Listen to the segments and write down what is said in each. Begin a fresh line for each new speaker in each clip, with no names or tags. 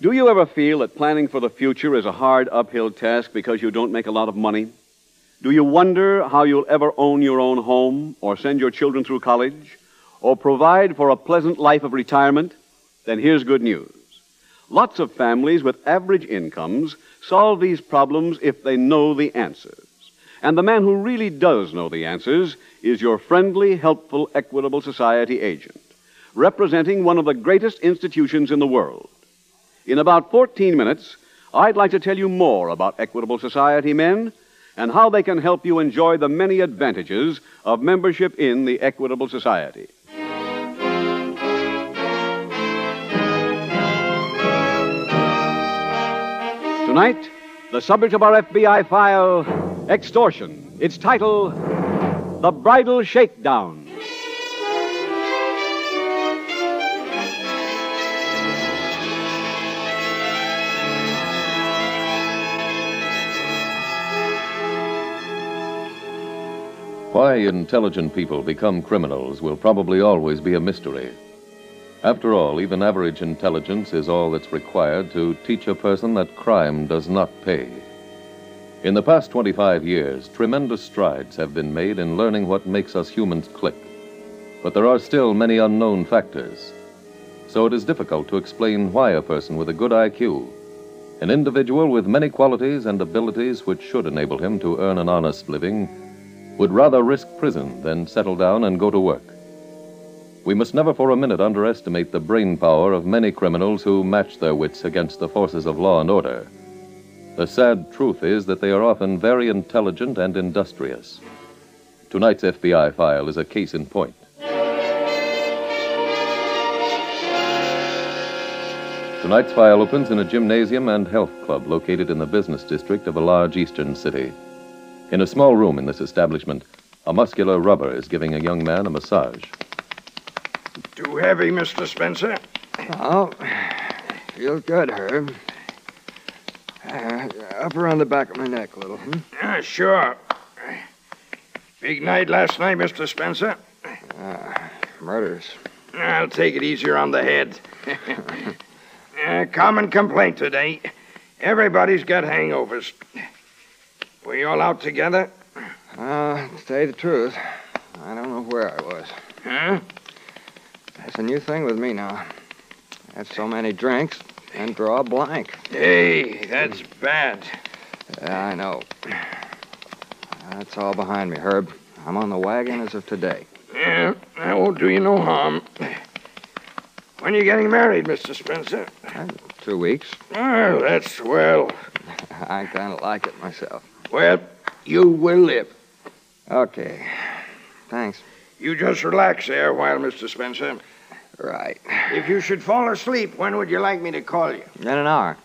Do you ever feel that planning for the future is a hard uphill task because you don't make a lot of money? Do you wonder how you'll ever own your own home or send your children through college or provide for a pleasant life of retirement? Then here's good news. Lots of families with average incomes solve these problems if they know the answers. And the man who really does know the answers is your friendly, helpful, equitable society agent, representing one of the greatest institutions in the world. In about 14 minutes, I'd like to tell you more about Equitable Society men and how they can help you enjoy the many advantages of membership in the Equitable Society. Tonight, the subject of our FBI file extortion. Its title The Bridal Shakedown.
Why intelligent people become criminals will probably always be a mystery. After all, even average intelligence is all that's required to teach a person that crime does not pay. In the past 25 years, tremendous strides have been made in learning what makes us humans click. But there are still many unknown factors. So it is difficult to explain why a person with a good IQ, an individual with many qualities and abilities which should enable him to earn an honest living, would rather risk prison than settle down and go to work. We must never for a minute underestimate the brain power of many criminals who match their wits against the forces of law and order. The sad truth is that they are often very intelligent and industrious. Tonight's FBI file is a case in point. Tonight's file opens in a gymnasium and health club located in the business district of a large eastern city. In a small room in this establishment, a muscular rubber is giving a young man a massage.
Too heavy, Mr. Spencer.
Oh, feels good, Herb. Uh, up around the back of my neck a little. Hmm?
Yeah, sure. Big night last night, Mr. Spencer.
Uh, Murders.
I'll take it easier on the head. Uh, common complaint today. Everybody's got hangovers. Were you all out together?
Uh, to tell you the truth, I don't know where I was.
Huh?
That's a new thing with me now. Had so many drinks and draw a blank.
Hey, that's bad.
Yeah, I know. That's all behind me, Herb. I'm on the wagon as of today.
Yeah, that won't do you no harm. When are you getting married, Mr. Spencer?
Two weeks.
Well, that's swell.
I kind of like it myself.
Well, you will live.
Okay. Thanks.
You just relax there a while, Mr. Spencer.
Right.
If you should fall asleep, when would you like me to call you?
In an hour.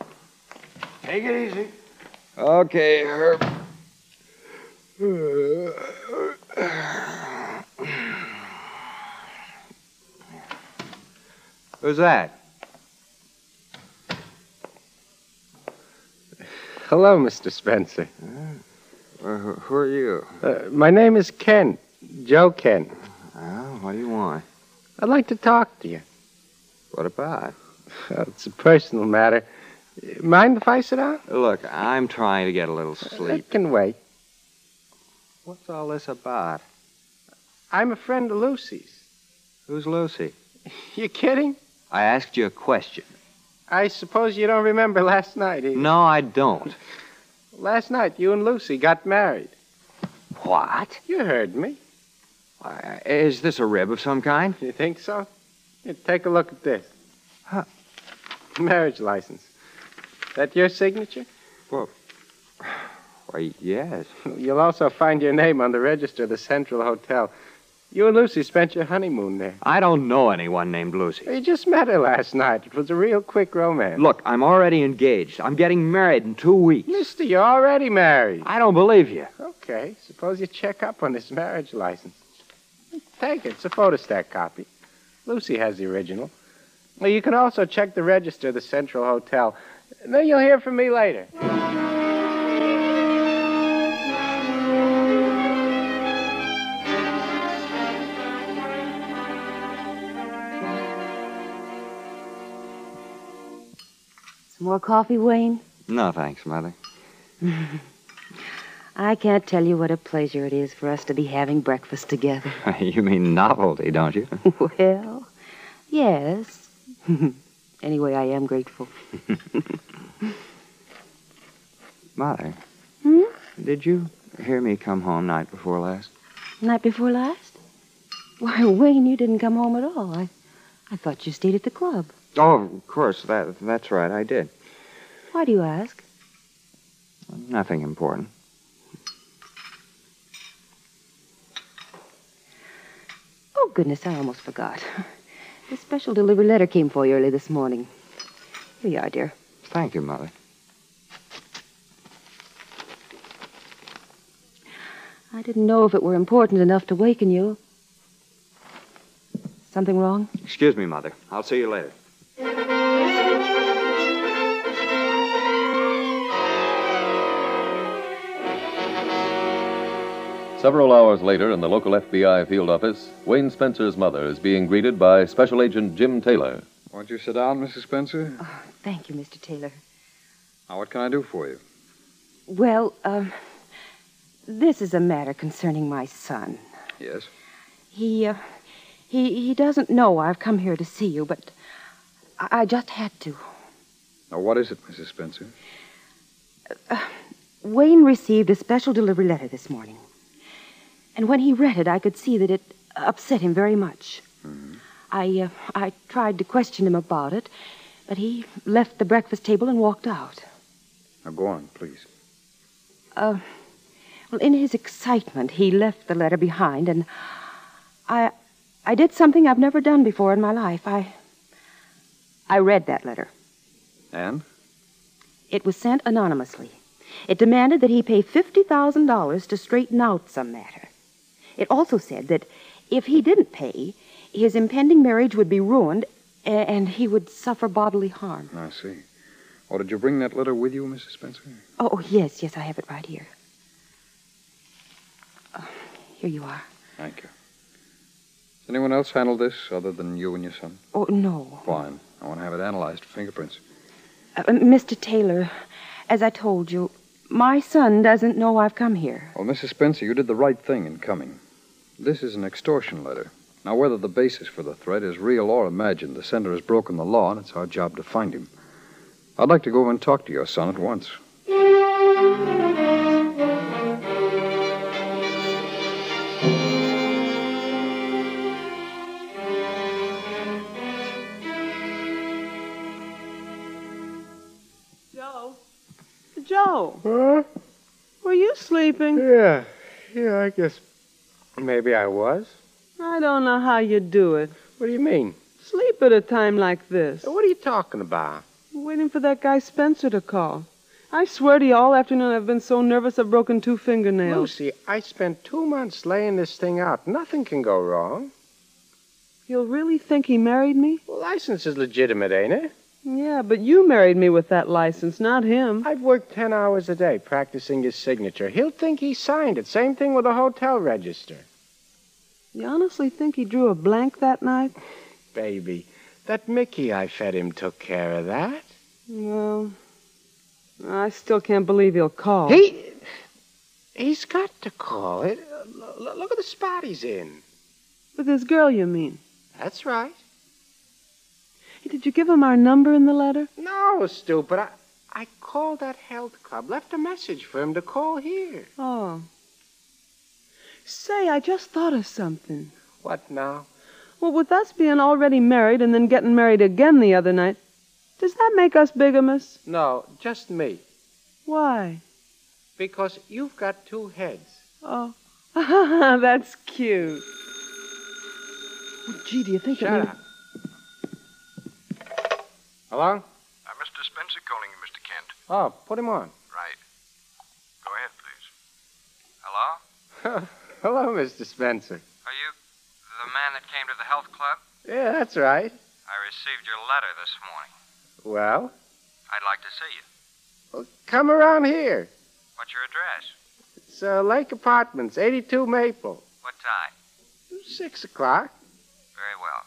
Take it easy.
Okay, Herb.
Uh,
Who's that?
Hello, Mr. Spencer.
Uh, wh- Who are you?
Uh, my name is Ken, Joe Ken.
Well, Oh, what do you want?
I'd like to talk to you.
What about?
Uh, it's a personal matter. Uh, Mind if I sit down?
Look, I'm trying to get a little sleep.
It can wait.
What's all this about?
I'm a friend of Lucy's.
Who's Lucy?
You kidding?
I asked you a question.
I suppose you don't remember last night. either.
No, I don't.
Last night, you and Lucy got married.
What?
You heard me.
Why, uh, Is this a rib of some kind?
You think so? Here, take a look at this.
Huh.
Marriage license. That your signature?
Why, yes.
You'll also find your name on the register of the Central Hotel. You and Lucy spent your honeymoon there.
I don't know anyone named Lucy.
You just met her last night. It was a real quick romance.
Look, I'm already engaged. I'm getting married in two weeks.
Mister, you're already married.
I don't believe you.
Okay, suppose you check up on this marriage license. Take it. It's a photostat copy. Lucy has the original. Well, you can also check the register of the Central Hotel. Then you'll hear from me later.
Some more coffee, Wayne?
No, thanks, Mother.
I can't tell you what a pleasure it is for us to be having breakfast together.
you mean novelty, don't you?
well, yes. anyway, I am grateful.
Mother,
Hmm?
did you hear me come home night before last?
Night before last? Why, Wayne, you didn't come home at all. I, I thought you stayed at the club.
Oh, of course. That, that's right. I did.
Why do you ask?
Nothing important.
Oh, goodness, I almost forgot. The special delivery letter came for you early this morning. Here you are, dear.
Thank you, Mother.
I didn't know if it were important enough to waken you. Something wrong?
Excuse me, Mother. I'll see you later.
Several hours later, in the local FBI field office, Wayne Spencer's mother is being greeted by Special Agent Jim Taylor.
Won't you sit down, Mrs. Spencer?
Oh, Thank you, Mr. Taylor.
Now, what can I do for you?
Well, um, this is a matter concerning my son.
Yes.
He, uh, he, he doesn't know I've come here to see you, but I, I just had to.
Now, what is it, Mrs. Spencer?
Uh, Wayne received a special delivery letter this morning. And when he read it, I could see that it upset him very much. I, uh, I tried to question him about it, but he left the breakfast table and walked out.
Now, go on, please.
Oh, Well, in his excitement, he left the letter behind, and I, I did something I've never done before in my life. I, I read that letter.
And?
It was sent anonymously. It demanded that he pay $50,000 to straighten out some matter. It also said that if he didn't pay, his impending marriage would be ruined a- and he would suffer bodily harm.
I see. Oh, did you bring that letter with you, Mrs. Spencer?
Oh, yes, yes, I have it right here. Uh, Here you are.
Thank you. Has anyone else handled this other than you and your son?
Oh, no.
Fine. I want to have it analyzed for fingerprints.
Uh, Mr. Taylor, as I told you, my son doesn't know I've come here.
Well, Mrs. Spencer, you did the right thing in coming. This is an extortion letter. Now, whether the basis for the threat is real or imagined, the sender has broken the law, and it's our job to find him. I'd like to go over and talk to your son at once.
Joe? Joe, were you sleeping?
Yeah. Yeah, I guess maybe I was.
I don't know how you do it.
What do you mean?
Sleep at a time like this.
What are you talking about?
Waiting for that guy Spencer to call. I swear to you, all afternoon I've been so nervous I've broken two fingernails.
Lucy, I spent two months laying this thing out. Nothing can go wrong.
You'll really think he married me?
Well, license is legitimate, ain't it?
Yeah, but you married me with that license, not him.
I've worked ten hours a day practicing his signature. He'll think he signed it. Same thing with the hotel register.
You honestly think he drew a blank that night?
Baby, that Mickey I fed him took care of that.
Well, I still can't believe he'll call.
He. He's got to call it. L- l- look at the spot he's in.
With his girl, you mean?
That's right.
Hey, did you give him our number in the letter?
No, stupid. I, I called that health club, left a message for him to call here.
Oh. Say, I just thought of something.
What now?
Well, with us being already married and then getting married again the other night, does that make us bigamous?
No, just me.
Why?
Because you've got two heads.
Oh, that's cute. Oh, gee, do you think it
Shut
may-
up. Hello?
Uh, Mr. Spencer calling you, Mr. Kent.
Oh, put him on.
Right. Go ahead, please. Hello?
Hello, Mr. Spencer.
Are you the man that came to the health club?
Yeah, that's right.
I received your letter this morning.
Well,
I'd like to see you.
come around here.
What's your address?
It's uh, Lake Apartments, 82 Maple.
What time?
Six o'clock.
Very well.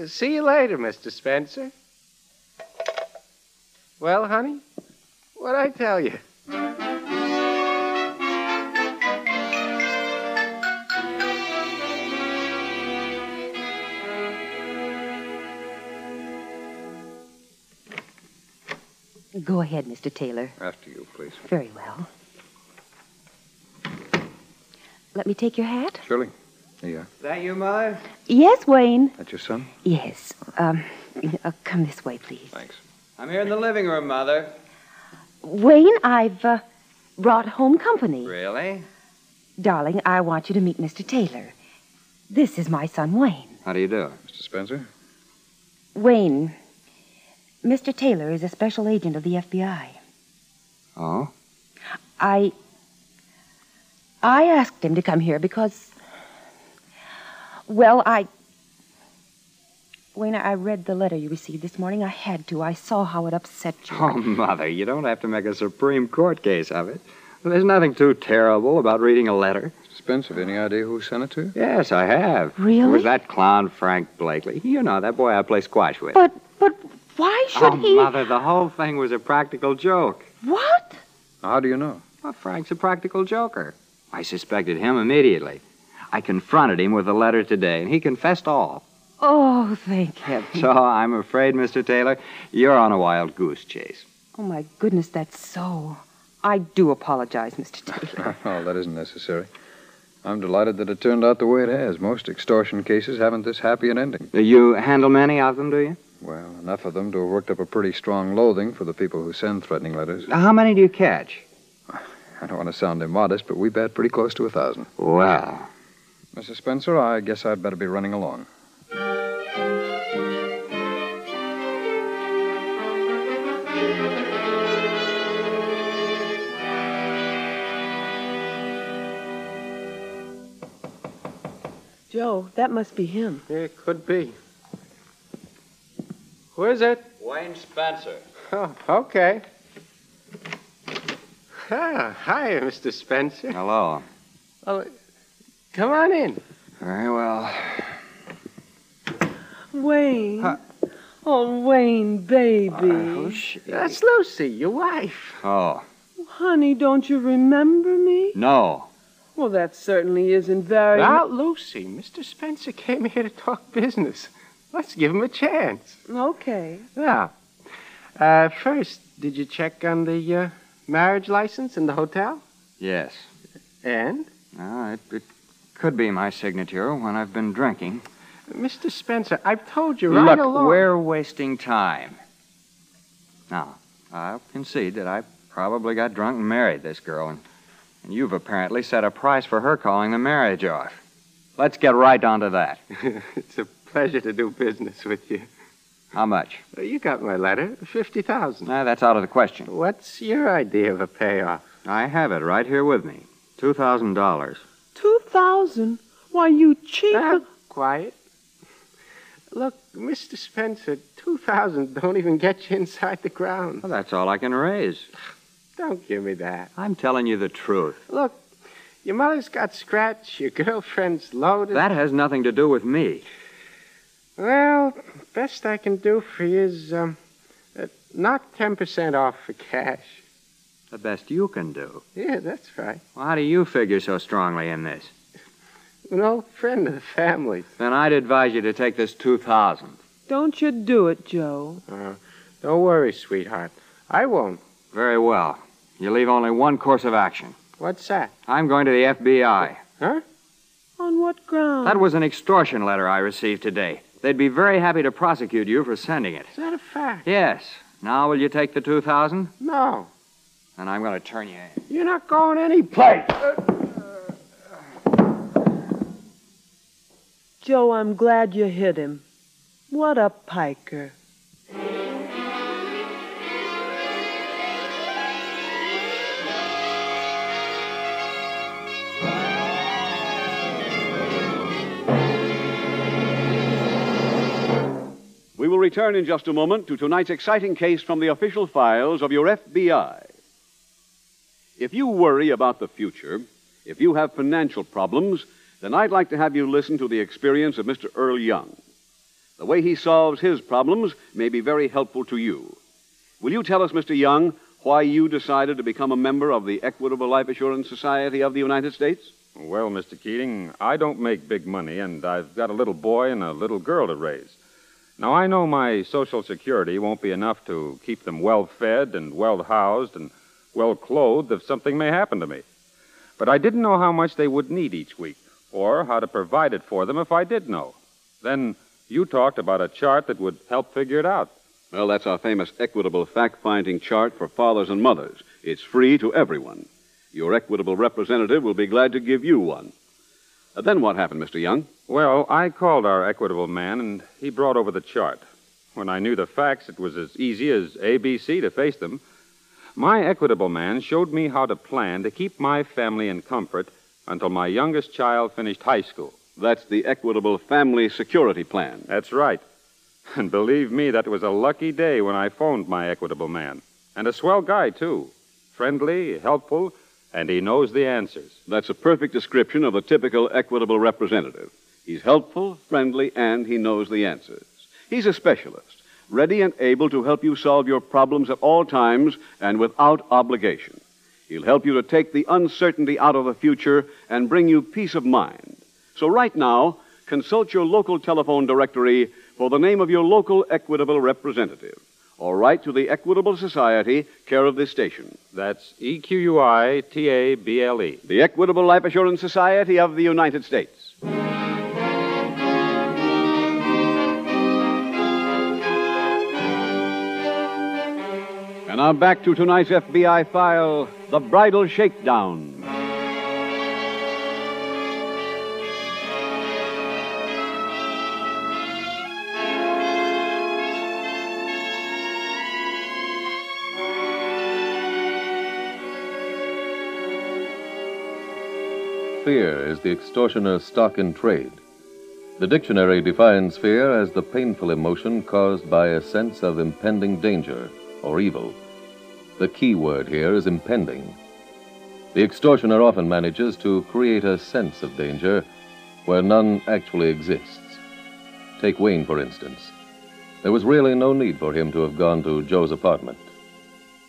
Yeah, see you later, Mr. Spencer. Well, honey, what I tell you?
Go ahead, Mr. Taylor.
After you, please.
Very well. Let me take your hat?
Shirley,
that you, Mother?
Yes, Wayne.
that your son?
Yes. Um, uh, come this way, please.
I'm here in the living room, Mother.
Wayne, I've uh, brought home company.
Really?
Darling, I want you to meet Mr. Taylor. This is my son, Wayne.
How do you do?
Mr. Spencer?
Wayne, Mr. Taylor is a special agent of the FBI.
Oh?
I. I asked him to come here because. Well, I. Wayne, I read the letter you received this morning. I had to. I saw how it upset you.
Oh, Mother, you don't have to make a Supreme Court case of it. There's nothing too terrible about reading a letter.
Mr. Spencer, have you any idea who sent it to you?
Yes, I have.
Really?
It was that clown Frank Blakely. You know, that boy I play squash with.
But, but why should
oh,
he?
Mother, the whole thing was a practical joke.
What?
Now, how do you know?
Well, Frank's a practical joker. I suspected him immediately. I confronted him with a letter today, and he confessed all.
Oh, thank Oh, heaven.
So I'm afraid, Mr. Taylor, you're on a wild goose chase.
Oh, my goodness, that's so. I do apologize, Mr. Taylor.
Oh, that isn't necessary. I'm delighted that it turned out the way it has. Most extortion cases haven't this happy an ending.
You handle many of them, do you?
Well, enough of them to have worked up a pretty strong loathing for the people who send threatening letters.
How many do you catch?
I don't want to sound immodest, but we bat pretty close to a thousand.
Well,
Mrs. Spencer, I guess I'd better be running along.
Joe, that must be him.
It could be. Who is it?
Wayne Spencer.
Oh, okay. Ah, hi, Mr. Spencer.
Hello.
Well, come on in.
Very well.
Wayne. Oh, Wayne, baby.
That's Lucy, your wife.
Oh,
Honey, don't you remember me?
no.
Well, that certainly isn't very.
Now, Lucy, Mr. Spencer came here to talk business. Let's give him a chance.
Okay.
Now, uh, first, did you check on the uh, marriage license in the hotel?
Yes.
And?
Uh, it, it could be my signature when I've been drinking.
Mr. Spencer, I've told you right
Look,
along.
we're wasting time. Now, I'll concede that I probably got drunk and married this girl, and, and you've apparently set a price for her calling the marriage off. Let's get right down to that.
it's a pleasure to do business with you.
How much?
You got my letter, 50000
Nah, that's out of the question.
What's your idea of a payoff?
I have it right here with me. Two thousand dollars.
Two thousand? Why, you cheap.
Ah, quiet. Look, Mr. Spencer, 2000 don't even get you inside the ground.
Well, that's all I can raise.
Don't give me that.
I'm telling you the truth.
Look, your mother's got scratch, your girlfriend's loaded.
That has nothing to do with me.
Well, best I can do for you is um, uh, knock 10% off for cash.
The best you can do.
Yeah, that's right.
Well, how do you figure so strongly in this?
An old friend of the family.
Then I'd advise you to take this two thousand.
Don't you do it, Joe.
Uh-huh. Don't worry, sweetheart. I won't.
Very well. You leave only one course of action.
What's that?
I'm going to the FBI.
On what ground?
That was an extortion letter I received today. They'd be very happy to prosecute you for sending it.
Is that a fact?
Yes. Now will you take the two thousand?
No.
and I'm going to turn you in.
You're not going anyplace.
Joe, I'm glad you hit him. What a piker.
We will return in just a moment to tonight's exciting case from the official files of your FBI. If you worry about the future, if you have financial problems, then I'd like to have you listen to the experience of Mr. Earl Young. The way he solves his problems may be very helpful to you. Will you tell us, Mr. Young, why you decided to become a member of the Equitable Life Assurance Society of the United States?
Well, Mr. Keating, I don't make big money, and I've got a little boy and a little girl to raise. Now, I know my Social Security won't be enough to keep them well fed and well housed and well clothed if something may happen to me. But I didn't know how much they would need each week, or how to provide it for them if I did know. Then you talked about a chart that would help figure it out.
Well, that's our famous equitable fact finding chart for fathers and mothers. It's free to everyone. Your equitable representative will be glad to give you one. Uh, then what happened, Mr. Young?
Well, I called our equitable man, and he brought over the chart. When I knew the facts, it was as easy as ABC to face them. My equitable man showed me how to plan to keep my family in comfort until my youngest child finished high school.
That's the Equitable Family Security Plan.
That's right. And believe me, that was a lucky day when I phoned my equitable man. And a swell guy, too. Friendly, helpful, and he knows the answers.
That's a perfect description of the typical equitable representative. He's helpful, friendly, and he knows the answers. He's a specialist, ready and able to help you solve your problems at all times and without obligation. He'll help you to take the uncertainty out of the future and bring you peace of mind. So, right now, consult your local telephone directory for the name of your local equitable representative or write to the Equitable Society, care of this station.
That's E Q U I T A B L E.
The Equitable Life Assurance Society of the United States. And now back to tonight's FBI file The Bridal Shakedown.
Fear is the extortioner's stock in trade. The dictionary defines fear as the painful emotion caused by a sense of impending danger or evil. The key word here is impending. The extortioner often manages to create a sense of danger where none actually exists. Take Wayne, for instance. There was really no need for him to have gone to Joe's apartment.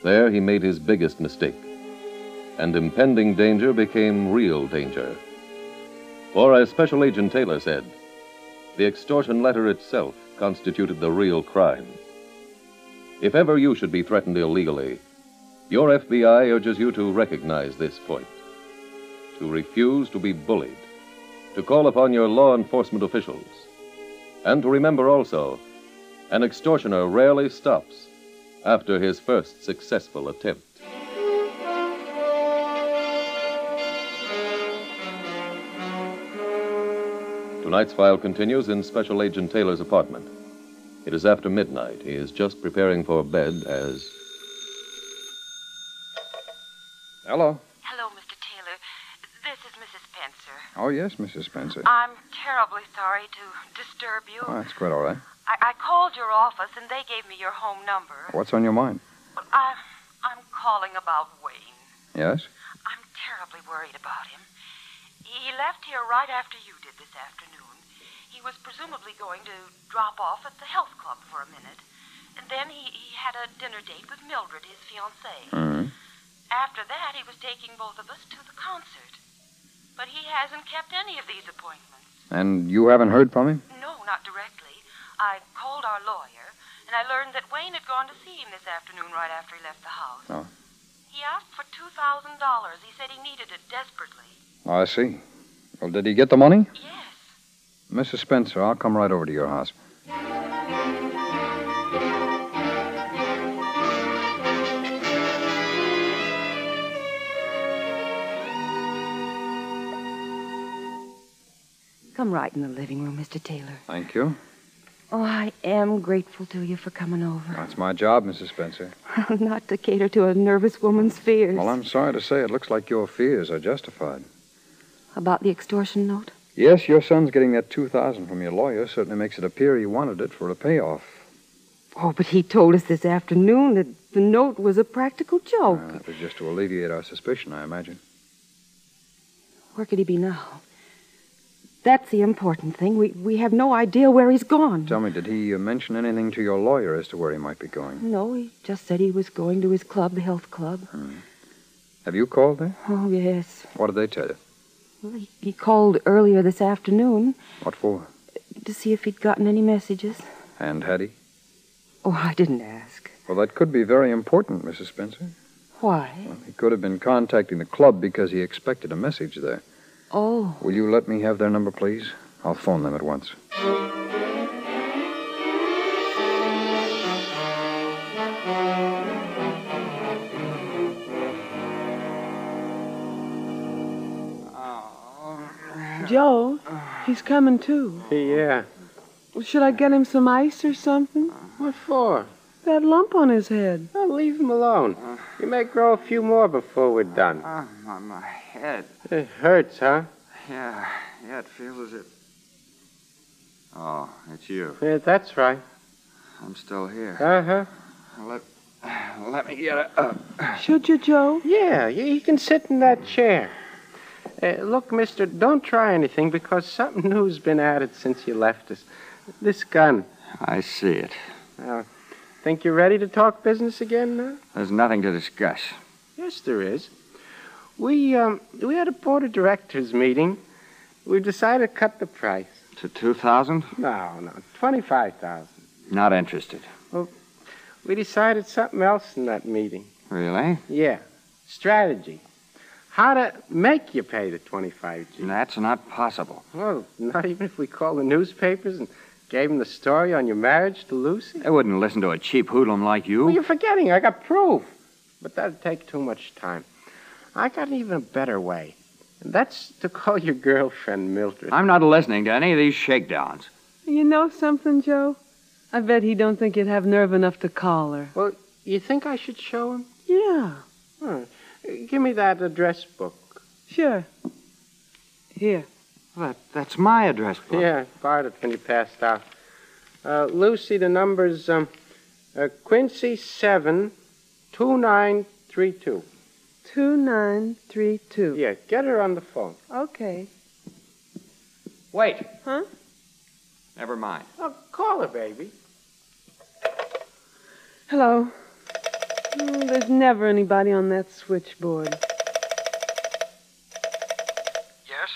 There he made his biggest mistake and impending danger became real danger. Or, as Special Agent Taylor said, the extortion letter itself constituted the real crime. If ever you should be threatened illegally, your FBI urges you to recognize this point, to refuse to be bullied, to call upon your law enforcement officials, and to remember also an extortioner rarely stops after his first successful attempt. Tonight's file continues in Special Agent Taylor's apartment. It is after midnight. He is just preparing for bed as.
Hello.
Hello, Mr. Taylor. This is Mrs. Spencer.
Oh, yes, Mrs. Spencer.
I'm terribly sorry to disturb you.
Oh, that's quite all right.
I, I called your office and they gave me your home number.
What's on your mind?
But I, I'm calling about Wayne.
Yes?
I'm terribly worried about him. He left here right after you did this afternoon. He was presumably going to drop off at the health club for a minute. And then he, he had a dinner date with Mildred, his fiancée.
Mhm.
After that, he was taking both of us to the concert. But he hasn't kept any of these appointments.
And you haven't heard from him?
No, not directly. I called our lawyer, and I learned that Wayne had gone to see him this afternoon right after he left the house.
Oh.
He asked for $2,000. He said he needed it desperately.
I see. Well, did he get the money?
Yes.
Mrs. Spencer, I'll come right over to your house.
Come right in the living room, Mr. Taylor.
Thank you.
Oh, I am grateful to you for coming over.
That's my job, Mrs. Spencer.
Not to cater to a nervous woman's fears.
Well, I'm sorry to say it looks like your fears are justified.
About the extortion note?
Yes, your son's getting that 2000 from your lawyer certainly makes it appear he wanted it for a payoff.
Oh, but he told us this afternoon that the note was a practical joke.
Uh, it was just to alleviate our suspicion, I imagine.
Where could he be now? That's the important thing. We, we have no idea where he's gone.
Tell me, did he uh, mention anything to your lawyer as to where he might be going?
No, he just said he was going to his club, the health club.
Have you called there?
Oh, yes.
What did they tell you?
Well, he, he called earlier this afternoon
What for?
to see if he'd gotten any messages.
And had he?
Oh, I didn't ask.
Well, that could be very important, Mrs. Spencer.
Why?
He could have been contacting the club because he expected a message there.
Oh,
Will you let me have their number, please? I'll phone them at once.
Joe, he's coming too.
Yeah.
Should I get him some ice or something?
What for?
That lump on his head.
Oh, leave him alone. You may grow a few more before we're done.
Oh, my, my head.
It hurts, huh?
Yeah, yeah, it feels as if. Oh, it's you.
Yeah, that's right.
I'm still here.
Uh huh.
Let, let me get it up.
Should you, Joe?
Yeah, you, you can sit in that chair. Uh, look, mister, don't try anything because something new's been added since you left us. This gun. Uh,
I see it.
Think you're ready to talk business again now?
There's nothing to discuss.
Yes, there is. We, um, we had a board of directors meeting. We decided to cut the price.
To 2,000?
No, no, 25000
Not interested.
We decided something else in that meeting.
Really?
Yeah, strategy. How to make you pay the 25G.
That's not possible.
Well, not even if we called the newspapers and gave them the story on your marriage to Lucy.
They wouldn't listen to a cheap hoodlum like
Well,
you.
you're forgetting. I got proof. But that'd take too much time. I got even a better way. And that's to call your girlfriend Mildred.
I'm not listening to any of these shakedowns.
You know something, Joe? I bet he don't think you'd have nerve enough to call her.
You think I should show him?
Yeah,
Uh, Give me that address book.
sure. Here.
That, that's my address book.
Yeah, borrowed it when you passed out. Uh, Lucy, the number's um, uh, Quincy 7 2932.
2932.
Yeah, get her on the phone.
Okay.
Wait.
Huh?
Never mind.
Oh, call her, baby.
Hello. Mm, there's never anybody on that switchboard.
Yes?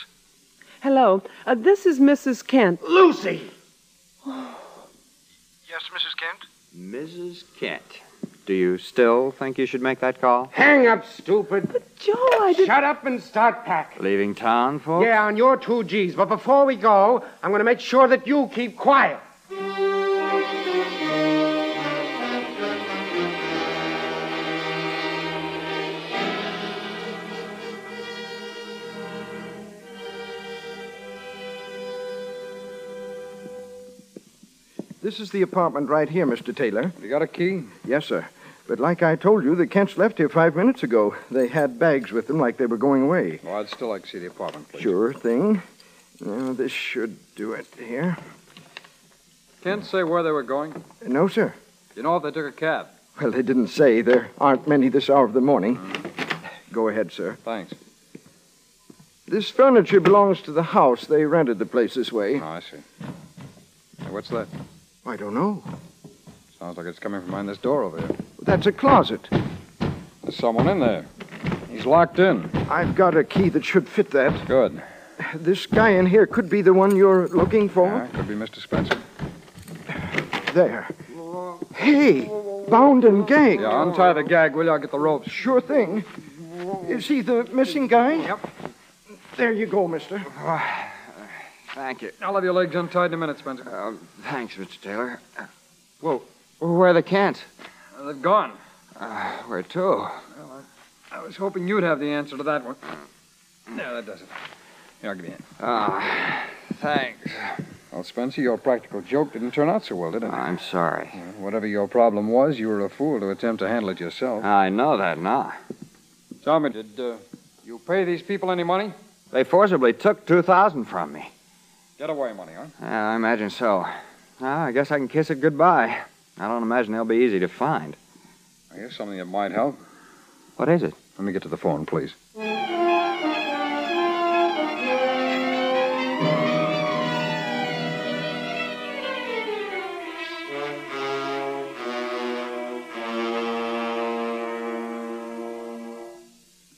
Hello. Uh, this is Mrs. Kent.
Lucy!
Yes, Mrs. Kent?
Mrs. Kent, do you still think you should make that call?
Hang up, stupid.
Joe, I did.
Shut up and start packing.
Leaving town, folks?
Yeah, on your two G's. But before we go, I'm going to make sure that you keep quiet.
This is the apartment right here, Mr. Taylor.
You got a key?
Yes, sir. But like I told you, the Kents left here five minutes ago. They had bags with them like they were going away.
Well, I'd still like to see the apartment, please.
Sure thing. Now, Oh, this should do it here.
Can't say where they were going.
No, sir.
You know if they took a cab.
Well, they didn't say. There aren't many this hour of the morning. Go ahead, sir.
Thanks.
This furniture belongs to the house. They rented the place this way.
Oh, I see. Hey, what's that?
I don't know.
Sounds like it's coming from behind this door over here.
That's a closet.
There's someone in there. He's locked in.
I've got a key that should fit that.
Good.
This guy in here could be the one you're looking for.
Yeah, could be Mr. Spencer.
There. Hey, bound and gagged.
Yeah, untie the gag, will you? I'll get the ropes.
Sure thing. Is he the missing guy? Yep. There you go, mister.
Thank you.
I'll have your legs untied in a minute, Spencer.
Oh,
Uh, thanks, Mr. Taylor. Uh, Whoa, where are the Kents?
Uh, they've gone.
Uh, where to?
I was hoping you'd have the answer to that one. No, that does it. Here, I'll give you
Ah, Thanks.
Well, Spencer, your practical joke didn't turn out so well, did it?
I'm sorry.
Well, whatever your problem was, you were a fool to attempt to handle it yourself.
I know that now.
Tommy, did uh, you pay these people any money?
They forcibly took 2000 from me.
Getaway money, huh?
Yeah, I imagine so. Ah, I guess I can kiss it goodbye. I don't imagine they'll be easy to find.
I guess something that might help.
What is it?
Let me get to the phone, please.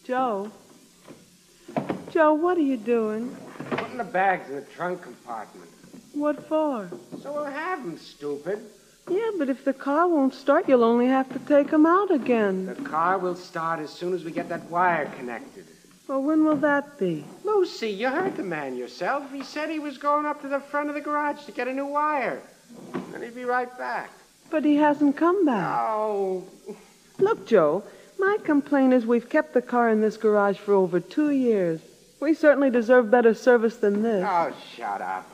Joe. Joe, what are you doing?
Putting the bags in the trunk compartment.
What for?
So we'll have them, stupid.
Yeah, but if the car won't start, you'll only have to take 'em out again.
The car will start as soon as we get that wire connected.
Well, when will that be?
Lucy, you heard the man yourself. He said he was going up to the front of the garage to get a new wire. And he'd be right back.
But he hasn't come back.
Oh,
Look, Joe, my complaint is we've kept the car in this garage for over two years. We certainly deserve better service than this.
oh, shut up.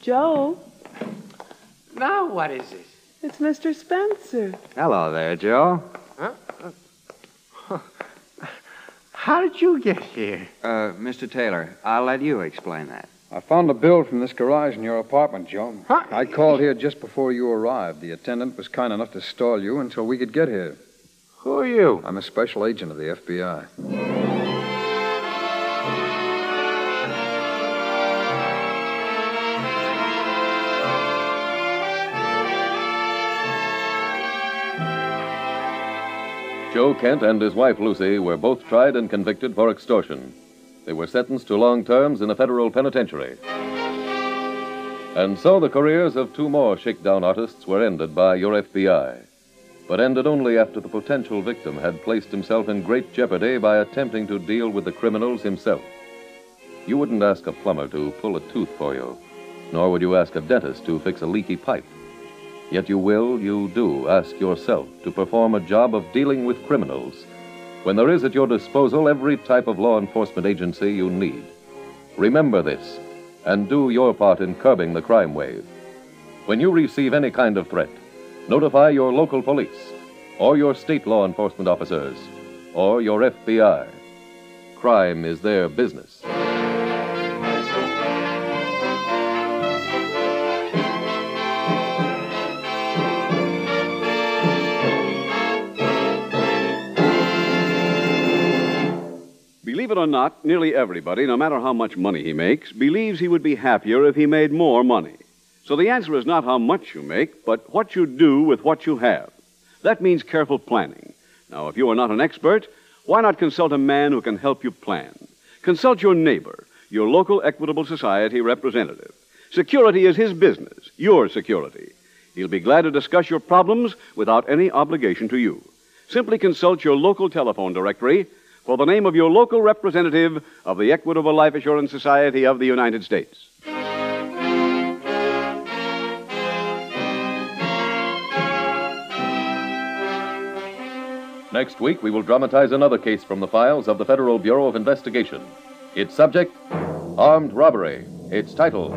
Joe,
Now what is it?
it's Mr. Spencer.
Hello there, Joe.
How did you get here?
Uh, Mr. Taylor, I'll let you explain that.
I found a bill from this garage in your apartment, Joe.
Huh?
I called here just before you arrived. The attendant was kind enough to stall you until we could get here.
Who are you?
I'm a special agent of the FBI.
Joe Kent and his wife Lucy were both tried and convicted for extortion. They were sentenced to long terms in a federal penitentiary. And so the careers of two more shakedown artists were ended by your FBI, but ended only after the potential victim had placed himself in great jeopardy by attempting to deal with the criminals himself. You wouldn't ask a plumber to pull a tooth for you, nor would you ask a dentist to fix a leaky pipe. Yet you will, you do, ask yourself to perform a job of dealing with criminals when there is at your disposal every type of law enforcement agency you need. Remember this and do your part in curbing the crime wave. When you receive any kind of threat, notify your local police or your state law enforcement officers or your FBI. Crime is their business.
Believe it or not, nearly everybody, no matter how much money he makes, believes he would be happier if he made more money. So the answer is not how much you make, but what you do with what you have. That means careful planning. Now, if you are not an expert, why not consult a man who can help you plan? Consult your neighbor, your local Equitable Society representative. Security is his business, your security. He'll be glad to discuss your problems without any obligation to you. Simply consult your local telephone directory for the name of your local representative of the Equitable Life Assurance Society of the United States.
Next week, we will dramatize another case from the files of the Federal Bureau of Investigation. Its subject, armed robbery. Its title,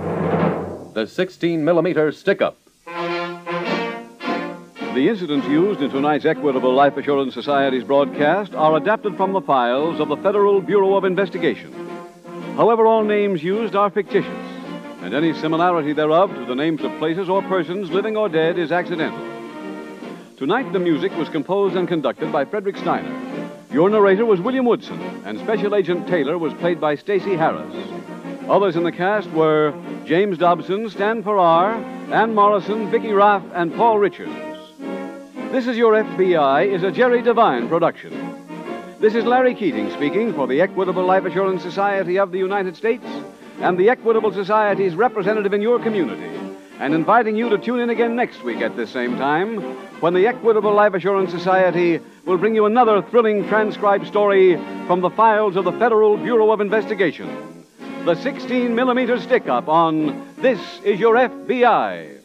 the 16 millimeter stick up.
The incidents used in tonight's Equitable Life Assurance Society's broadcast are adapted from the files of the Federal Bureau of Investigation. However, all names used are fictitious, and any similarity thereof to the names of places or persons, living or dead, is accidental. Tonight, the music was composed and conducted by Frederick Steiner. Your narrator was William Woodson, and Special Agent Taylor was played by Stacey Harris. Others in the cast were James Dobson, Stan Farrar, Ann Morrison, Vicki Raff, and Paul Richards. This is Your FBI is a Jerry Devine production. This is Larry Keating speaking for the Equitable Life Assurance Society of the United States and the Equitable Society's representative in your community, and inviting you to tune in again next week at this same time when the Equitable Life Assurance Society will bring you another thrilling transcribed story from the files of the Federal Bureau of Investigation. The 16 millimeter stick up on This is Your FBI.